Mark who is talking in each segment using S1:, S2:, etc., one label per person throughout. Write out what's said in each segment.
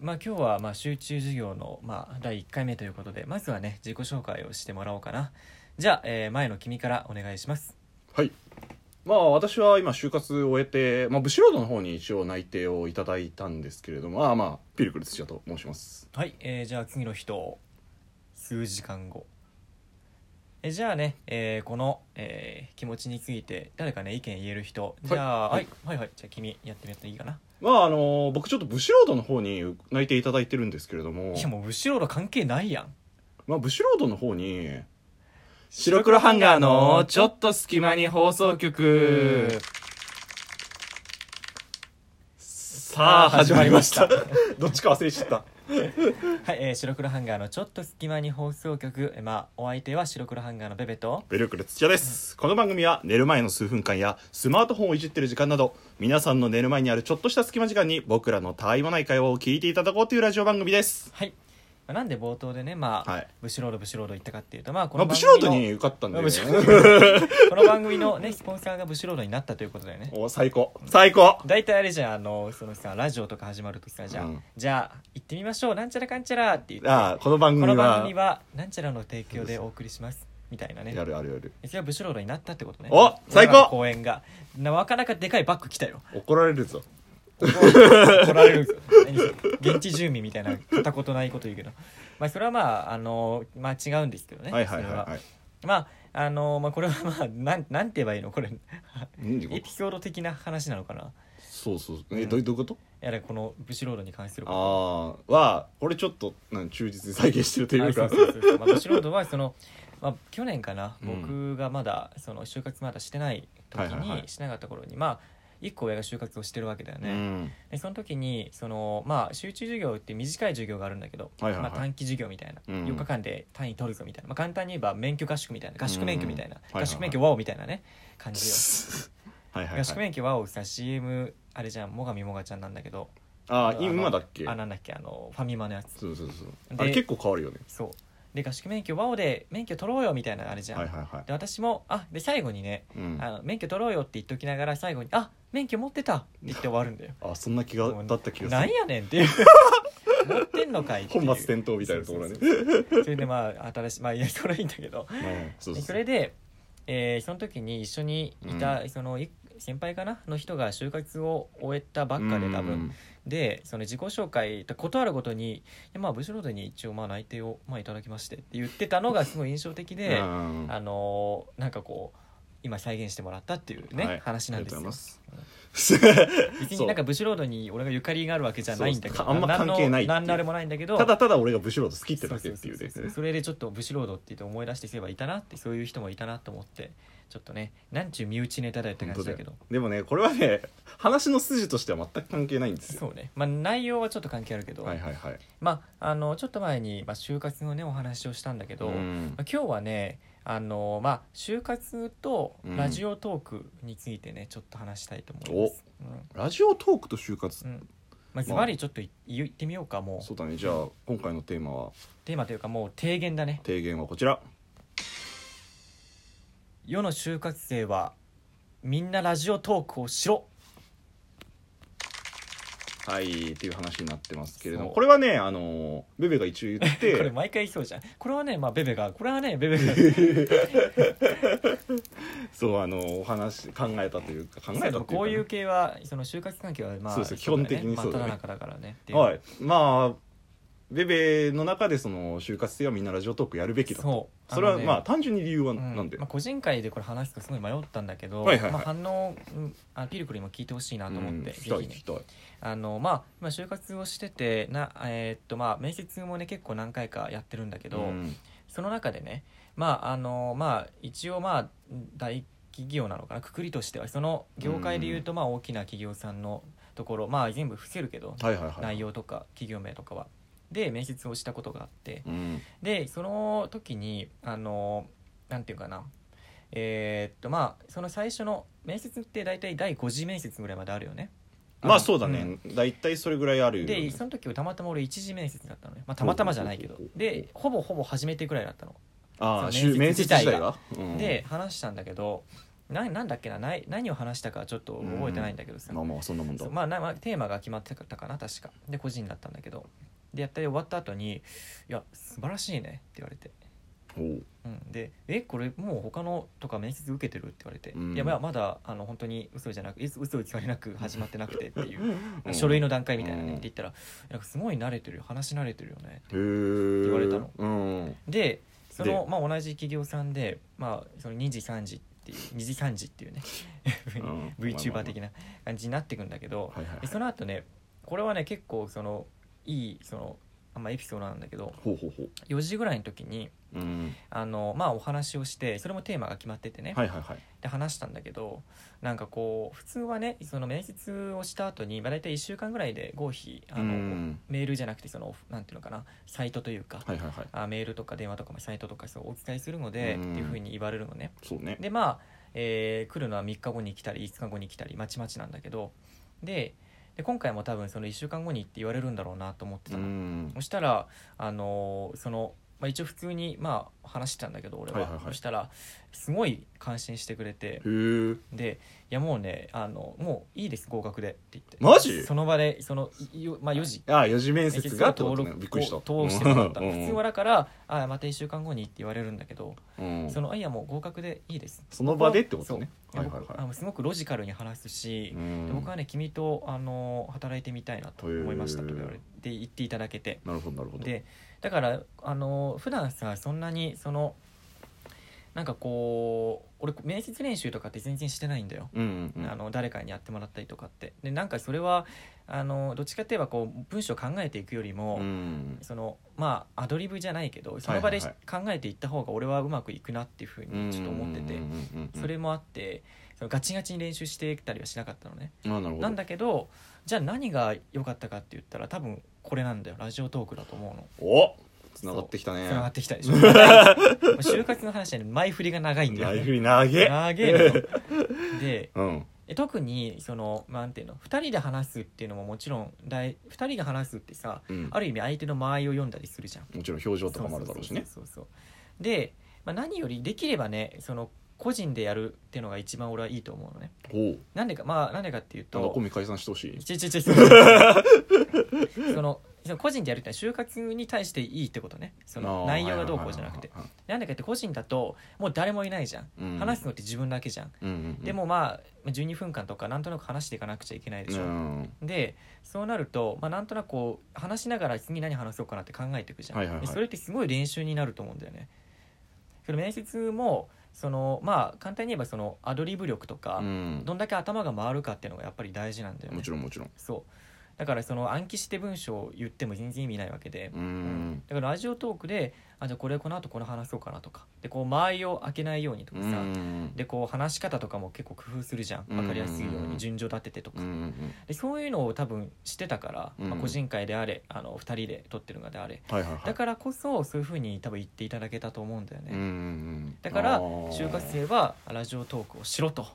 S1: まあ、今日はまあ集中授業のまあ第1回目ということでまずはね自己紹介をしてもらおうかなじゃあ、えー前の君からお願いします
S2: はいまあ私は今就活を終えて、まあ、ブシロードの方に一応内定をいただいたんですけれどもまあまあピルクル土屋と申します
S1: はい、えーじゃあ次の人数時間後えじゃあね、えーこの、えー気持ちについて誰かね意見言える人じゃあ、は
S2: はい
S1: い、はいはいじゃあ君やってみるといいかな
S2: まああの僕ちょっとブシロードの方に内定いただいてるんですけれども
S1: いやもう後ろの関係ないやん
S2: まあブシロードの方に
S1: 白黒ハンガーのちょ
S2: っと隙間に放送局さあ始まりました どっちか忘れちゃった
S1: はい、えー白黒ハンガーのちょっと隙間に放送局、えーまあ、お相手は白黒ハンガーのベベと
S2: ベルクル土屋です。この番組は寝る前の数分間やスマートフォンをいじってる時間など、皆さんの寝る前にあるちょっとした隙間時間に僕らのたわいもない会話を聞いていただこうというラジオ番組です。
S1: はい、まあ、なんで冒頭でね、まあ
S2: はい
S1: ブシロードブシロード言ったかっていうとまあこ
S2: ま
S1: の
S2: あ、ブ
S1: 番
S2: シロー
S1: 組
S2: ド
S1: の、
S2: に受かったん で、
S1: あブシロ この番組のねスポンサーがブシロードになったということだよね
S2: お最高。最高
S1: 大体あれじゃんあのそのさラジオとか始まるとさじゃあ、
S2: うん
S1: じゃあ行ってみましょうなんちゃらかんちゃらって言って
S2: ああ、この番
S1: こ
S2: 組
S1: の
S2: は、
S1: 番組はなんちゃらの提供でお送りしますみたいなね
S2: やるあるやる。
S1: それはブシロードになったってことね
S2: お
S1: 俺らの
S2: 最高
S1: 公演がなかなかでかいバッグ来たよ
S2: 怒られるぞ。
S1: 怒られるんですよ何それ現地住民みたいな片言ないこと言うけど、まあ、それはまああの、まあ、違うんですけどね
S2: はいはい
S1: そ
S2: は
S1: れ
S2: いはい。
S1: まああの、まあ、これはまあなんなんて言えばいいの これ
S2: うん
S1: エピソード的な話なのかな
S2: そうそう。え、どうどういうこと
S1: やはりこのブシロードに関すること
S2: ああ、は、これちょっと、なん忠実に再現してるという
S1: あ
S2: か
S1: そ。うそうそうまあブシロードはその、まあ、去年かな、
S2: うん
S1: 僕がまだその就活まだしてない時に、
S2: はいはいはい
S1: してなかった頃にまあ一個親が就活をしてるわけだよ
S2: う
S1: ね、
S2: ん。
S1: でその時にその、まあ、集中授業って短い授業があるんだけど、
S2: はいはいはい
S1: まあ、短期授業みたいな、
S2: うん
S1: 4日間で単位取るぞみたいな、まあ、簡単に言えば免許合宿みたいな合宿免許みたいな、
S2: うんはいはいはい
S1: 合宿免許ワオみたいなね感じよ、
S2: はいはい、は
S1: 合宿
S2: い。
S1: 免許ワオさ CM あれじゃんもがみもがちゃんなんだけど
S2: ああ、
S1: の
S2: 今だっけ
S1: あなんだっけあのファミマのやつ
S2: そうそうそう
S1: で
S2: あれ結構変わるよね
S1: そうで合宿免許ワオで免許取ろうよみたいなあれじゃん、
S2: はいはいはい
S1: で私もあで最後にね、
S2: うん
S1: あの免許取ろうよって言っときながら最後に「あ免許持ってた!」って言って終わるんだよ
S2: あそんな気がだった気
S1: な
S2: が
S1: ん
S2: する
S1: やねんっていう持ってんのかいっていう
S2: 本末転倒みたいなところね
S1: そうそうそうそれでまあ新しいまあいやそれはいいんだけど
S2: うんそうそう
S1: それで、えーその時に一緒にいた、そのい先輩かなの人が就活を終えたばっかで多分、
S2: うん
S1: でその自己紹介と断るごとにいやまあブシロードに一応まあ内定を、まあ、いただきましてって言ってたの がすごい印象的で、
S2: うん
S1: あのーなんかこう今再現してもらったっていうね、
S2: はい
S1: 話なんですよ
S2: ありがとうございます
S1: 別
S2: そ
S1: に
S2: う
S1: なんかブシロードに俺がゆかりがあるわけじゃないんだけ
S2: そう
S1: ど
S2: あんま関係ないっていう
S1: 何のんなれもないんだけど
S2: ただただ俺がブシロード好きってだけっていう
S1: そ
S2: ね
S1: そそそそれでちょっとブシロードって言って思い出してすればいたなってそういう人もいたなと思ってちょっとねなんちゅう身内ネタだよって感じだけど
S2: でもねこれはね話の筋としては全く関係ないんですよ
S1: そうねまあ内容はちょっと関係あるけど、
S2: はいはいはい
S1: まああのちょっと前に、まあ、就活のねお話をしたんだけど、ま
S2: ん
S1: あ今日はねあのまあ就活と
S2: うん
S1: ラジオトークについてねちょっと話したいと思います、
S2: ラジオトークと就活
S1: うんうんまあ、ズバリちょっとい言ってみようかも
S2: そううだねじゃあ今回のテーマは
S1: テーマというかもう提言だね
S2: 提言はこちら
S1: 世の就活生はみんなラジオトークをしろ
S2: はいっていう話になってますけれど
S1: そ
S2: も
S1: う
S2: これはねあのベベが一応言っ
S1: これ
S2: て
S1: 毎回そうじゃんこれはねまあベベがこれはねベベが
S2: そうあのお話考えたというか考えたっていうかね
S1: こういう系はその就活関係はまあ
S2: そうそ
S1: だね
S2: う基本的にそうだね
S1: 真っ只中だからねっていう
S2: はい、まあベベの中でその就活生はみんなラジオトークやるべきだと
S1: そう
S2: それは
S1: のね
S2: まあ単純に理由は
S1: うん
S2: なんで、
S1: まあ、個人会でこれ話すかすごい迷ったんだけど、
S2: はいはいはい
S1: まあ、反応うんあピルクルにも聞いてほしいなと思って、
S2: うん
S1: ぜ
S2: 聞き
S1: ひ
S2: たい
S1: ね
S2: 聞きたい
S1: あのまあ今就活をしててなえーっとまあ面接もね結構何回かやってるんだけど、
S2: うん
S1: その中でねまああのまあ一応まあ大企業なのかなくくりとしてはその業界でいうとまあ大きな企業さんのところまあ全部伏せるけど、
S2: はいはいはい
S1: 内容とか企業名とかは。で面接をしたことがあって
S2: うん
S1: でその時にあのなんていうかなえーっとまあその最初の面接って大体第5次面接ぐらいまであるよね。
S2: まあ
S1: の
S2: そうだね、大体それぐらいあるよね
S1: でその時はたまたま俺一次面接だったのね、まあ、たまたまじゃないけど
S2: ほうほうほうほう
S1: でほぼほぼ初めてぐらいだったの、
S2: ああ
S1: その
S2: 面接
S1: 面接
S2: 自体が、うん
S1: で話したんだけどななんだっけなない何を話したかちょっと覚えてないんだけどさ、
S2: まあまあそんなもんだ
S1: そうまあなまあ、テーマが決まってたかな確かで個人だったんだけどでやったり終わった後に「いや素晴らしいね」って言われて、
S2: おう
S1: うん、で「えこれもう他のとか面接受けてる?」って言われて「
S2: うん
S1: いやまあまだあの本当に嘘じゃなく嘘嘘偽りなく始まってなくて」って いう
S2: うん
S1: 書類の段階みたいなね
S2: うん
S1: って言ったら「なんかすごい慣れてるよ話慣れてるよね」
S2: へえ
S1: 言われたの
S2: うん
S1: でそのまあ、同じ企業さんで、まあ、その2時3時っていう2時3時っていうね VTuber 的
S2: な
S1: な感じになってくんだけど、
S2: はいはい
S1: でその後ねこれはね結構そのいいそのあんまエピソードなんだけど
S2: ほうほうほう
S1: 4時ぐらいの時に
S2: うん
S1: あの、まあ、お話をしてそれもテーマが決まっててね、
S2: はいはいはい
S1: で話したんだけどなんかこう普通はねその面接をした後に、まあ、大体1週間ぐらいで合否あの、
S2: うん
S1: メールじゃなくてそのなんていうのかなサイトというか、
S2: はいはいはい
S1: あメールとか電話とかもサイトとかそうお伝えするので、
S2: うん
S1: っていうふうに言われるのね
S2: そうね
S1: でまあ、えー来るのは3日後に来たり5日後に来たりまちまちなんだけどでで今回も多分その1週間後にって言われるんだろうなと思って
S2: う
S1: たの、
S2: ん
S1: そしたらあのーその、まあ、一応普通にまあ話してたんだけど俺は,、
S2: はいはいはい
S1: そしたらすごい感心してくれて
S2: へえ
S1: で「いやもうねあのもういいです合格で」って言って
S2: マジ
S1: その場でその、いよまあ、4時
S2: ああ四次面接がってこと
S1: 登
S2: ね
S1: 録
S2: びっくりした
S1: を通してもらった
S2: うん
S1: 普通はだから「あまた1週間後に」って言われるんだけど
S2: うん
S1: そのあいやもう合格でいいです
S2: その場でってことね
S1: そう
S2: はいはいはい
S1: 僕あのすごくロジカルに話すし、
S2: うん
S1: で僕はね君とあの働いてみたいなと思いましたとか言われ
S2: へ
S1: て言っていただけて
S2: なるほどなるほど
S1: でだからあの普段さそんなにそのなんかこう俺面接練習とかって全然してないんだよ、
S2: うんうんうん
S1: あの誰かにやってもらったりとかってでなんかそれはあのどっちかって言えばこう文章を考えていくよりも、
S2: うん
S1: そのまあアドリブじゃないけどその場で
S2: はい
S1: 考えていった方が俺はうまくいくなっていうふうにちょっと思ってて、
S2: うんうんうんうん
S1: それもあってそのガチガチに練習してきたりはしなかったのね
S2: あなるほど
S1: なんだけどじゃあ何が良かったかって言ったら多分これなんだよラジオトークだと思うの
S2: お繋がってきたね
S1: つながってきた でしょ就活の話はね前振りが長いんだよ、
S2: ライ
S1: ね、
S2: フに投げ
S1: 長いのよ で
S2: うん
S1: え特にそのまあなんていうの2人で話すっていうのももちろん大2人が話すってさ
S2: うん
S1: ある意味相手の間合いを読んだりするじゃん
S2: もちろん表情とかもあるだろうしね
S1: そうそうそうそうで、まあ、何よりできればねその個人でやるっていうのが一番俺はいいと思うのね
S2: おう
S1: なんでかまあなんでかっていう
S2: なんだコ
S1: と
S2: ンビ解散してほしい
S1: ちょちょちょ そのその個人でやるってのは就活に対していいってことねその
S2: あー
S1: 内容がどうこうじゃなくて
S2: はいはい
S1: なんでかって個人だともう誰もいないじゃん、
S2: はいはいうん
S1: 話すのって自分だけじゃん、
S2: うんうんうん
S1: でもまあ12分間とかなんとなく話していかなくちゃいけないでしょ、
S2: うん
S1: でそうなると、まあ、なんとなくこう話しながら次何話そうかなって考えていくじゃん、
S2: はいはいはい
S1: でそれってすごい練習になると思うんだよねその面接もそのまあ簡単に言えばそのアドリブ力とか、
S2: うん
S1: どんだけ頭が回るかっていうのがやっぱり大事なんだよね
S2: もちろんもちろん
S1: そうだからその暗記して文章を言っても全然意味ないわけで、
S2: う
S1: うん
S2: ん
S1: だからラジオトークであじゃあこれこの後この話そうかなとかでこう間合いを開けないようにと
S2: う
S1: か
S2: ん
S1: さ、でこう話し方とかも結構工夫するじゃん分かりやすいように順序立ててとか、
S2: うんうん
S1: でそういうのを多分してたから、
S2: うん
S1: まあ、個人会であれあの2人で撮ってるのであれ
S2: はいはいはい
S1: だからこそそういうふうに多分言っていただけたと思うんだよね、
S2: うんうんうん
S1: だから
S2: あー
S1: 就活生はラジオトークをしろと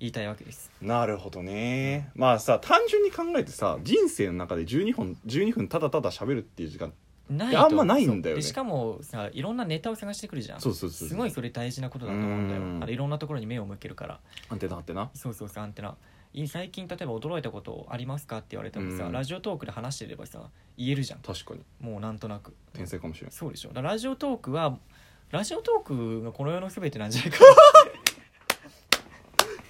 S1: 言いたいわけです
S2: なるほどねまあさ単純に考えてさ人生の中で12本12分ただただ喋るっていう時間
S1: ない
S2: いやあんまないんだよね
S1: でしかもさいろんなネタを探してくるじゃん
S2: そうそうそう
S1: すごいそれ大事なことだと思うんだよ
S2: うん
S1: あのいろんなところに目を向けるから
S2: アンテナ張ってな
S1: そうそうそうアンテナい最近例えば驚いたことありますかって言われてもさ、
S2: うん
S1: ラジオトークで話してればさ言えるじゃん
S2: 確かに
S1: もうなんとなく
S2: 天才かもしれない
S1: そうでしょだからラジオトークはラジオトークがこの世の全てなんじゃないか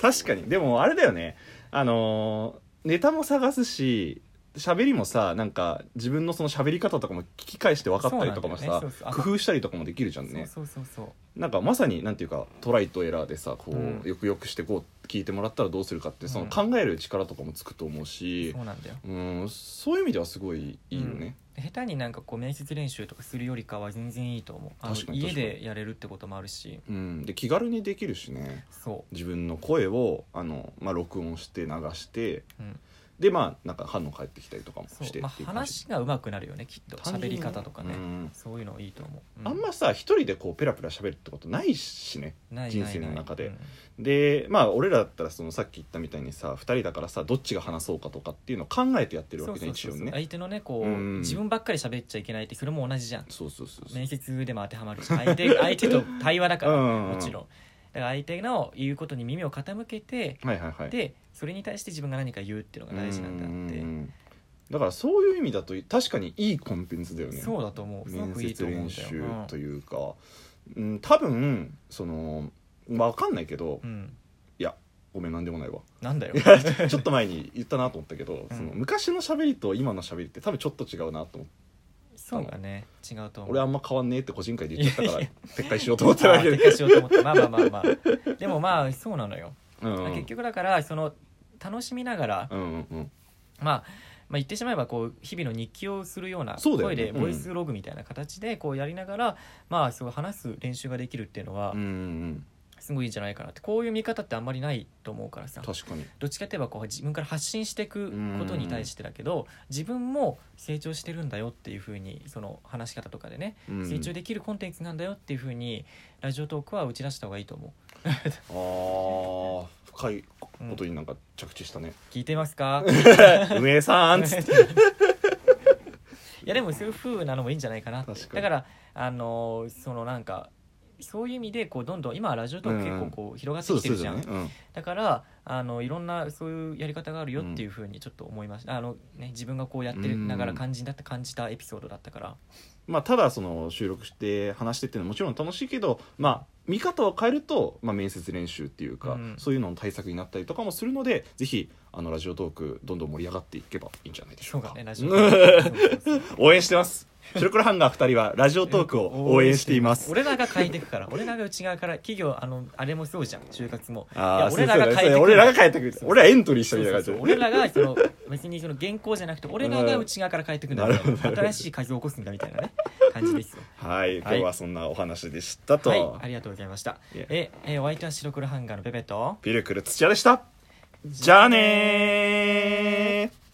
S2: 確かにでもあれだよねあのーネタも探すし喋りもさなんか自分のその喋り方とかも聞き返して分かったりとかも
S1: そうな
S2: さ、
S1: んだよねそうそうあ
S2: 工夫したりとかもできるじゃん
S1: そう
S2: ね
S1: そうそうそう
S2: なんかまさになんていうかトライとエラーでさこう、
S1: うん
S2: よくよくしてこう聞いてもらったらどうするかってその
S1: うん
S2: 考える力とかもつくと思うし
S1: そ、うなんだよ
S2: うん、そういう意味ではすごいいいよね、
S1: 下手になんかこう面接練習とかするよりかは全然いいと思うあの
S2: 確かに
S1: 家
S2: 確かに
S1: でやれるってこともあるし
S2: うんで気軽にできるしね
S1: そ
S2: 自分の声をあの、まあ、録音して流して
S1: う,、うん
S2: でまあなんか反応返ってきたりとかも
S1: そう
S2: して
S1: ま
S2: ってい
S1: あ、
S2: う感じ
S1: 話が上手くなるよねきっと
S2: 単
S1: 喋
S2: 純に
S1: り
S2: ね
S1: 方とかね、
S2: うん
S1: そういうのいいと思う、う
S2: あんまさ一人でこうペラペラ喋るってことないしね
S1: ない
S2: 人生の中で
S1: ないない
S2: でまあ俺らだったらそのさっき言ったみたいにさ2人だからさどっちが話そうかとかっていうのを考えてやって
S1: うん
S2: るわけじゃん一
S1: そうそ
S2: 応
S1: うそう
S2: ね
S1: 相手のねこう、
S2: うん
S1: 自分ばっかり喋っちゃいけないってそれも同じじゃん
S2: そうそうそうそう
S1: 面接でも当てはまるし相手相手と対話だから、
S2: うんうんうん
S1: もちろんだだから相手の言うことに耳を傾けて、
S2: はいはいはい
S1: でそれに対して自分が何か言うっていうのが大事なんだ
S2: う
S1: っ
S2: んだからそういう意味だと確かにいいコンテンツだよ
S1: て、
S2: ね
S1: そうだと思うすご
S2: 面
S1: くいい
S2: 接
S1: と思うん
S2: 練
S1: だよ
S2: 習と
S1: う
S2: いうか、うん、多分そのわかんないけど、
S1: ん、うん、
S2: ごめんなんでもないわ
S1: なんだよ
S2: いやちょちょっと前に言ったなと思ったけど、
S1: うん
S2: その昔の喋りと今の喋りって多分ちょっと違うなと思って
S1: そうだね違うと思う
S2: 俺あんま変わんねえって個人会で言っちゃったか
S1: い
S2: ら
S1: や
S2: 撤回しようと思っただけ
S1: あー撤
S2: で、
S1: 回しようと思ってまあまあまあまあでもまあそうなのよ、
S2: うんうん、
S1: 結局だからその楽しみながら、
S2: うんうんうん
S1: まあまあ、言ってしまえばこう日々の日記をするような
S2: そうだよ
S1: 声
S2: ね
S1: で
S2: うん
S1: ボイスログみたいな形でこうやりながら、まあ、すごい話す練習ができるっていうのは
S2: うんうん
S1: すごいいいんじゃないかなってこういう見方ってあんまりないと思うからさ
S2: うん確かに
S1: どっちかといえばこう自分から発信していくことに対してだけど自分も成長してるんだよっていうふうにその話し方とかでね
S2: うん
S1: 成長できるコンテンツなんだよっていうふうにラジオトークは打ち出した方がいいと思う。
S2: あー深いことになんか着地したね
S1: 聞いてます か
S2: 「梅江さん」っつって
S1: いやでもそういう風なのもいいんじゃないかなって
S2: 確か
S1: だ
S2: に
S1: からあのーそのなんかそういう意味でこうどんどん今はラジオトーク結構こう広がってきてるじゃん、
S2: そうだね
S1: だからあのいろんなそういうやり方があるよっていう風にちょっと思いました、あのね自分がこうやってながら感じだった感じたエピソードだったから
S2: うんまあ、ただその収録して話してっていうのはもちろん楽しいけど、まあ、見方を変えると、まあ、面接練習っていうか、
S1: うん
S2: そういうのの対策になったりとかもするのでぜひあのラジオトークどんどん盛り上がっていけばいいんじゃないでし
S1: そ
S2: ょ
S1: う
S2: うか
S1: か ねラジオトークそうそうそう
S2: 応援してます白黒ハンガー2人はラジオトークを 応援しています
S1: 俺らが変えていくから俺らが内側から企業あのあれもそうじゃん就活もい
S2: あ
S1: や
S2: あ
S1: 俺らが変えてくる
S2: 俺らが変えてくる俺らエントリーした
S1: そ
S2: み
S1: う
S2: たい
S1: そ
S2: な
S1: うそう
S2: 感じ
S1: 俺らがその別にその原稿じゃなくて俺らが内側から変えていくんだ
S2: なるほどなるほど
S1: 新しい風を起こすんだみたいなね感じですよ
S2: はい今日はそんなお話でした と、
S1: はいありがとうございました
S2: いえ
S1: ええお相手は白黒ハンガーのペペと
S2: ピルクル土屋でしたじゃあねー